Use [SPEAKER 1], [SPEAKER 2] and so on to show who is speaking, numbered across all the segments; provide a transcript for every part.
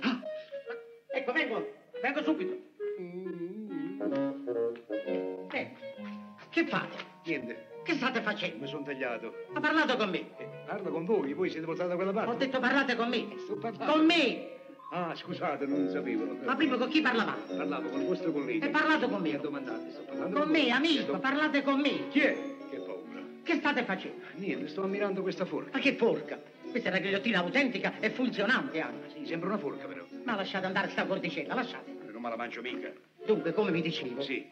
[SPEAKER 1] Ah, ecco, subito. Eh, che fate?
[SPEAKER 2] Niente,
[SPEAKER 1] Che state facendo?
[SPEAKER 2] mi sono tagliato.
[SPEAKER 1] Ha parlato con me.
[SPEAKER 2] Eh, Parlo con voi, voi siete portati da quella parte.
[SPEAKER 1] Ho detto parlate con me.
[SPEAKER 2] Sto parlando.
[SPEAKER 1] Con me!
[SPEAKER 2] Ah, scusate, non sapevo.
[SPEAKER 1] Ma prima con chi parlavate?
[SPEAKER 2] Parlavo con il vostro collega.
[SPEAKER 1] E parlato con me.
[SPEAKER 2] Mi ha domandato, sto parlando
[SPEAKER 1] Con
[SPEAKER 2] voi.
[SPEAKER 1] me,
[SPEAKER 2] Mi
[SPEAKER 1] amico,
[SPEAKER 2] ha dom-
[SPEAKER 1] parlate con me.
[SPEAKER 2] Chi è? Che paura.
[SPEAKER 1] Che state facendo?
[SPEAKER 2] Niente, sto ammirando questa forca.
[SPEAKER 1] Ma che porca! Questa è una ghigliottina autentica e funzionante anche.
[SPEAKER 2] Sì, sembra una forca però.
[SPEAKER 1] Ma lasciate andare sta cordicella, lasciate.
[SPEAKER 2] Non me la mangio mica.
[SPEAKER 1] Dunque, come vi dicevo,
[SPEAKER 2] Sì,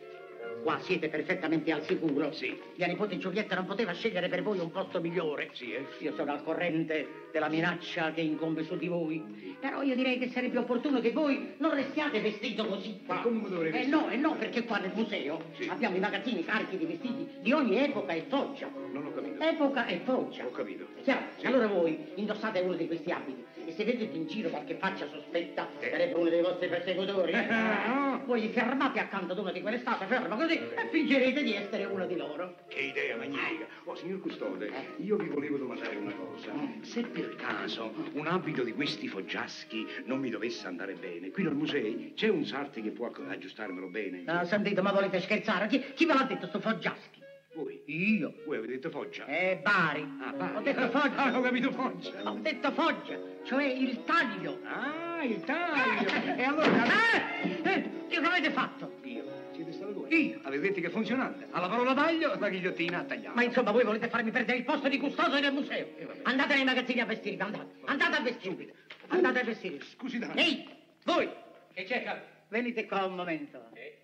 [SPEAKER 1] qua siete perfettamente al sicuro.
[SPEAKER 2] Sì.
[SPEAKER 1] Mia nipote Giulietta non poteva scegliere per voi un posto migliore.
[SPEAKER 2] sì, eh.
[SPEAKER 1] Io sono al corrente della minaccia che incombe su di voi. Però io direi che sarebbe opportuno che voi non restiate vestito così qua.
[SPEAKER 2] Ma come mi dovrei
[SPEAKER 1] Eh
[SPEAKER 2] vestire?
[SPEAKER 1] no, eh no, perché qua nel museo
[SPEAKER 2] Sì.
[SPEAKER 1] abbiamo i magazzini carichi di vestiti di ogni epoca e foggia.
[SPEAKER 2] Non ho capito.
[SPEAKER 1] Epoca e foggia.
[SPEAKER 2] Ho capito.
[SPEAKER 1] È Eh, chiaro?
[SPEAKER 2] Sì.
[SPEAKER 1] Allora voi indossate uno di questi abiti e se vedete in giro qualche faccia sospetta,
[SPEAKER 2] Eh.
[SPEAKER 1] sarebbe uno dei vostri persecutori. eh?
[SPEAKER 2] Ah.
[SPEAKER 1] Voi vi fermate accanto ad una di quelle statue, ferma così, e fingerete di essere uno di loro.
[SPEAKER 2] Che idea magnifica! Oh, signor Custode,
[SPEAKER 1] Eh.
[SPEAKER 2] io vi volevo domandare una cosa. Se per caso un abito di questi foggiaschi non mi dovesse andare bene, qui al museo c'è un sarti che può aggiustarmelo bene?
[SPEAKER 1] No, sentite, ma volete scherzare? Chi, chi ve l'ha detto sto Foggiaschi?
[SPEAKER 2] Voi?
[SPEAKER 1] Io.
[SPEAKER 2] Voi avete detto foggia?
[SPEAKER 1] Eh, Bari.
[SPEAKER 2] Ah, Bari.
[SPEAKER 1] Ho detto Foggia.
[SPEAKER 2] Ah, ho capito foggia.
[SPEAKER 1] Ho detto Foggia, cioè il taglio.
[SPEAKER 2] Ah, il taglio!
[SPEAKER 1] Eh,
[SPEAKER 2] E allora...
[SPEAKER 1] Eh, eh, che avete fatto?
[SPEAKER 2] Io. Siete stato voi?
[SPEAKER 1] Io.
[SPEAKER 2] Avete detto che funzionava. Alla parola taglio, la ghigliottina ha tagliato.
[SPEAKER 1] Ma insomma, voi volete farmi perdere il posto di custode del museo? Andate nei magazzini a vestirvi, andate. Andate a vestirvi. Andate a vestirvi.
[SPEAKER 2] Scusi tanto.
[SPEAKER 1] Ehi, voi,
[SPEAKER 3] Che c'è, capo?
[SPEAKER 1] venite qua un momento.
[SPEAKER 3] Eh,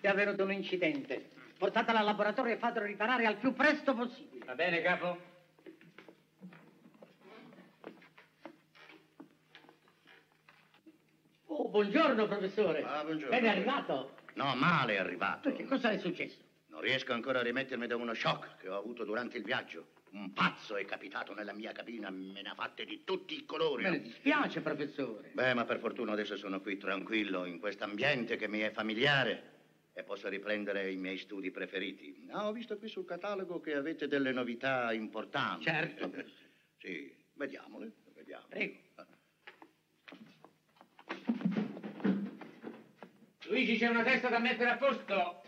[SPEAKER 1] È avvenuto un incidente. Portatela al laboratorio e fatelo riparare al più presto possibile.
[SPEAKER 3] va bene, capo?
[SPEAKER 1] Oh, buongiorno, professore.
[SPEAKER 4] Ah, buongiorno.
[SPEAKER 1] Ben arrivato.
[SPEAKER 4] No, male è arrivato.
[SPEAKER 1] Che cosa è successo?
[SPEAKER 4] Non riesco ancora a rimettermi da uno shock che ho avuto durante il viaggio. Un pazzo è capitato nella mia cabina, me ne ha fatte di tutti i
[SPEAKER 1] Me ne
[SPEAKER 4] colori.
[SPEAKER 1] dispiace, professore.
[SPEAKER 4] Beh, ma per fortuna adesso sono qui tranquillo, in quest'ambiente che mi è familiare e posso riprendere i miei studi preferiti. Ah, ho visto qui sul catalogo che avete delle novità importanti.
[SPEAKER 1] Certo.
[SPEAKER 4] Sì, vediamole, vediamo.
[SPEAKER 1] Prego.
[SPEAKER 3] Luigi, c'è una testa da mettere a posto.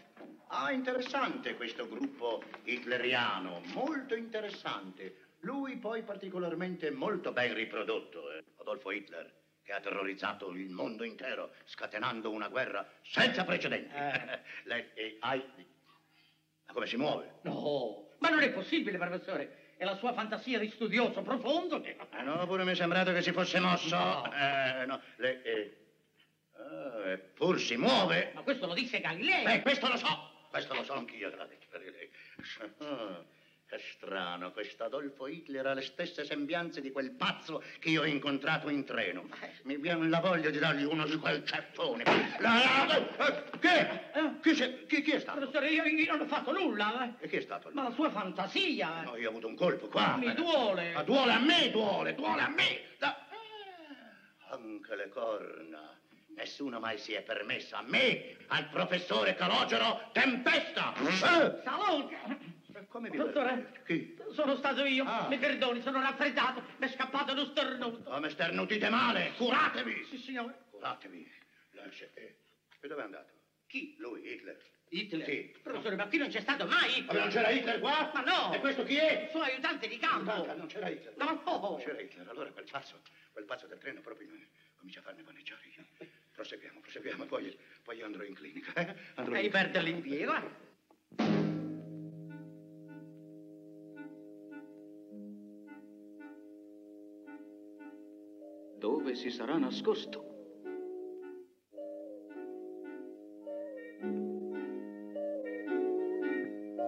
[SPEAKER 4] Ah, interessante questo gruppo hitleriano, molto interessante. Lui poi particolarmente molto ben riprodotto, eh, Adolfo Hitler, che ha terrorizzato il mondo intero, scatenando una guerra senza precedenti. L'FAI, ma come si muove?
[SPEAKER 1] No, ma non è possibile, professore. È la sua fantasia di studioso profondo che...
[SPEAKER 4] Ah, no, pure mi è sembrato che si fosse mosso.
[SPEAKER 1] No.
[SPEAKER 4] Eh, no, le- eh, ah, eppur si muove.
[SPEAKER 1] Ma questo lo disse Galileo.
[SPEAKER 4] Beh, Eh, questo lo so, questo lo so anch'io, grazie per lei. Ah, Che strano, questo Adolfo Hitler ha le stesse sembianze di quel pazzo che io ho incontrato in treno.
[SPEAKER 1] Eh.
[SPEAKER 4] Mi viene la voglia di dargli uno di quel ceffone. La- la- eh, Che? Chi, se- chi- chi è stato?
[SPEAKER 1] Professore, io, io non ho fatto nulla. eh.
[SPEAKER 4] E chi è stato?
[SPEAKER 1] Ma la sua fantasia... eh.
[SPEAKER 4] No, io ho avuto un colpo qua.
[SPEAKER 1] Mi duole.
[SPEAKER 4] Ma duole a me, duole, duole a me. Da-
[SPEAKER 1] Eh.
[SPEAKER 4] Ah, Anche le corna. Nessuno mai si è permesso a me, al professore Calogero Tempesta. Eh!
[SPEAKER 1] Salute!
[SPEAKER 4] E Eh, Come vi
[SPEAKER 1] Dottore,
[SPEAKER 4] Chi?
[SPEAKER 1] sono stato io.
[SPEAKER 4] Ah.
[SPEAKER 1] Mi perdoni, sono raffreddato. Mi è scappato uno stornuto.
[SPEAKER 4] Come sternutite male?
[SPEAKER 1] Sì,
[SPEAKER 4] Curatevi!
[SPEAKER 1] signore.
[SPEAKER 4] Curatevi. Lascia- eh, E dove è andato?
[SPEAKER 1] Chi?
[SPEAKER 4] Lui, Hitler.
[SPEAKER 1] Hitler.
[SPEAKER 4] Sì.
[SPEAKER 1] Professore, ma qui non c'è stato mai
[SPEAKER 4] Ma
[SPEAKER 1] Hitler.
[SPEAKER 4] non c'era Hitler qua?
[SPEAKER 1] Ma no.
[SPEAKER 4] E questo chi è?
[SPEAKER 1] Il suo aiutante di campo.
[SPEAKER 4] Ah, Non c'era Hitler.
[SPEAKER 1] No, al popolo.
[SPEAKER 4] Non c'era Hitler. Allora quel pazzo, quel pazzo del treno proprio eh, comincia a farne vaneggiare io. Proseguiamo, proseguiamo, poi, poi io andrò in clinica. Eh? Andrò
[SPEAKER 1] Devi
[SPEAKER 4] in
[SPEAKER 1] perdere l'impiego, eh.
[SPEAKER 5] Dove si sarà nascosto?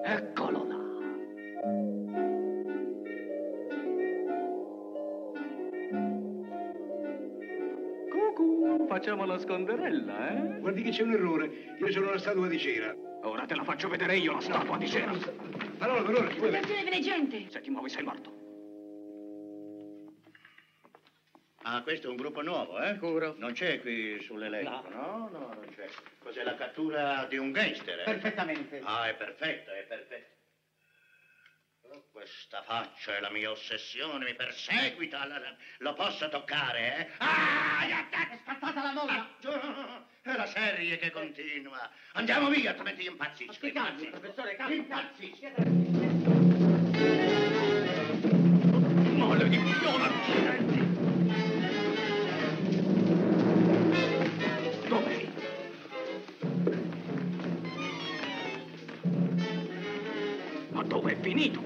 [SPEAKER 5] Eccolo là! Cucù, facciamo la sconderella, eh?
[SPEAKER 2] Guardi che c'è un errore. Io sono una statua di cera.
[SPEAKER 5] Ora te la faccio vedere io la statua di cera!
[SPEAKER 2] Parola, parola. Voi avete-
[SPEAKER 6] Attenzione, velegente!
[SPEAKER 5] Se ti muovi sei morto.
[SPEAKER 4] Ah, questo è un gruppo nuovo, eh?
[SPEAKER 1] Sicuro.
[SPEAKER 4] Non c'è qui sull'elenco, no? No, no, non c'è. Cos'è la cattura di un gangster, eh?
[SPEAKER 1] Perfettamente.
[SPEAKER 4] Ah, è perfetto, è perfetto. Dunque, Questa faccia è la mia ossessione, mi perseguita, la, la- lo posso toccare, eh? Ah, gli attacchi!
[SPEAKER 1] Eh, È scattata la molla!
[SPEAKER 4] Ah, È la serie che continua. Andiamo via, altrimenti io impazzisco.
[SPEAKER 1] Sì, calmi,
[SPEAKER 4] impazzisco.
[SPEAKER 1] professore, calmi.
[SPEAKER 4] Impazzisco.
[SPEAKER 5] Molle di viola! Dov'è? Ma dove è finito?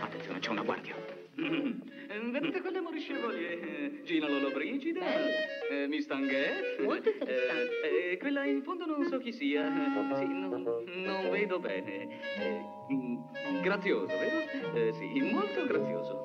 [SPEAKER 5] Attenzione, c'è una guardia. Mm-hmm. Vedete quelle moriscevoli? Gina Lollobrigida, eh, Miss Tanghè.
[SPEAKER 6] Molto interessante.
[SPEAKER 5] eh, eh, quella in fondo non so chi sia. Sì, no- non vedo bene. Eh, mm, grazioso, vero? Eh, sì, molto grazioso.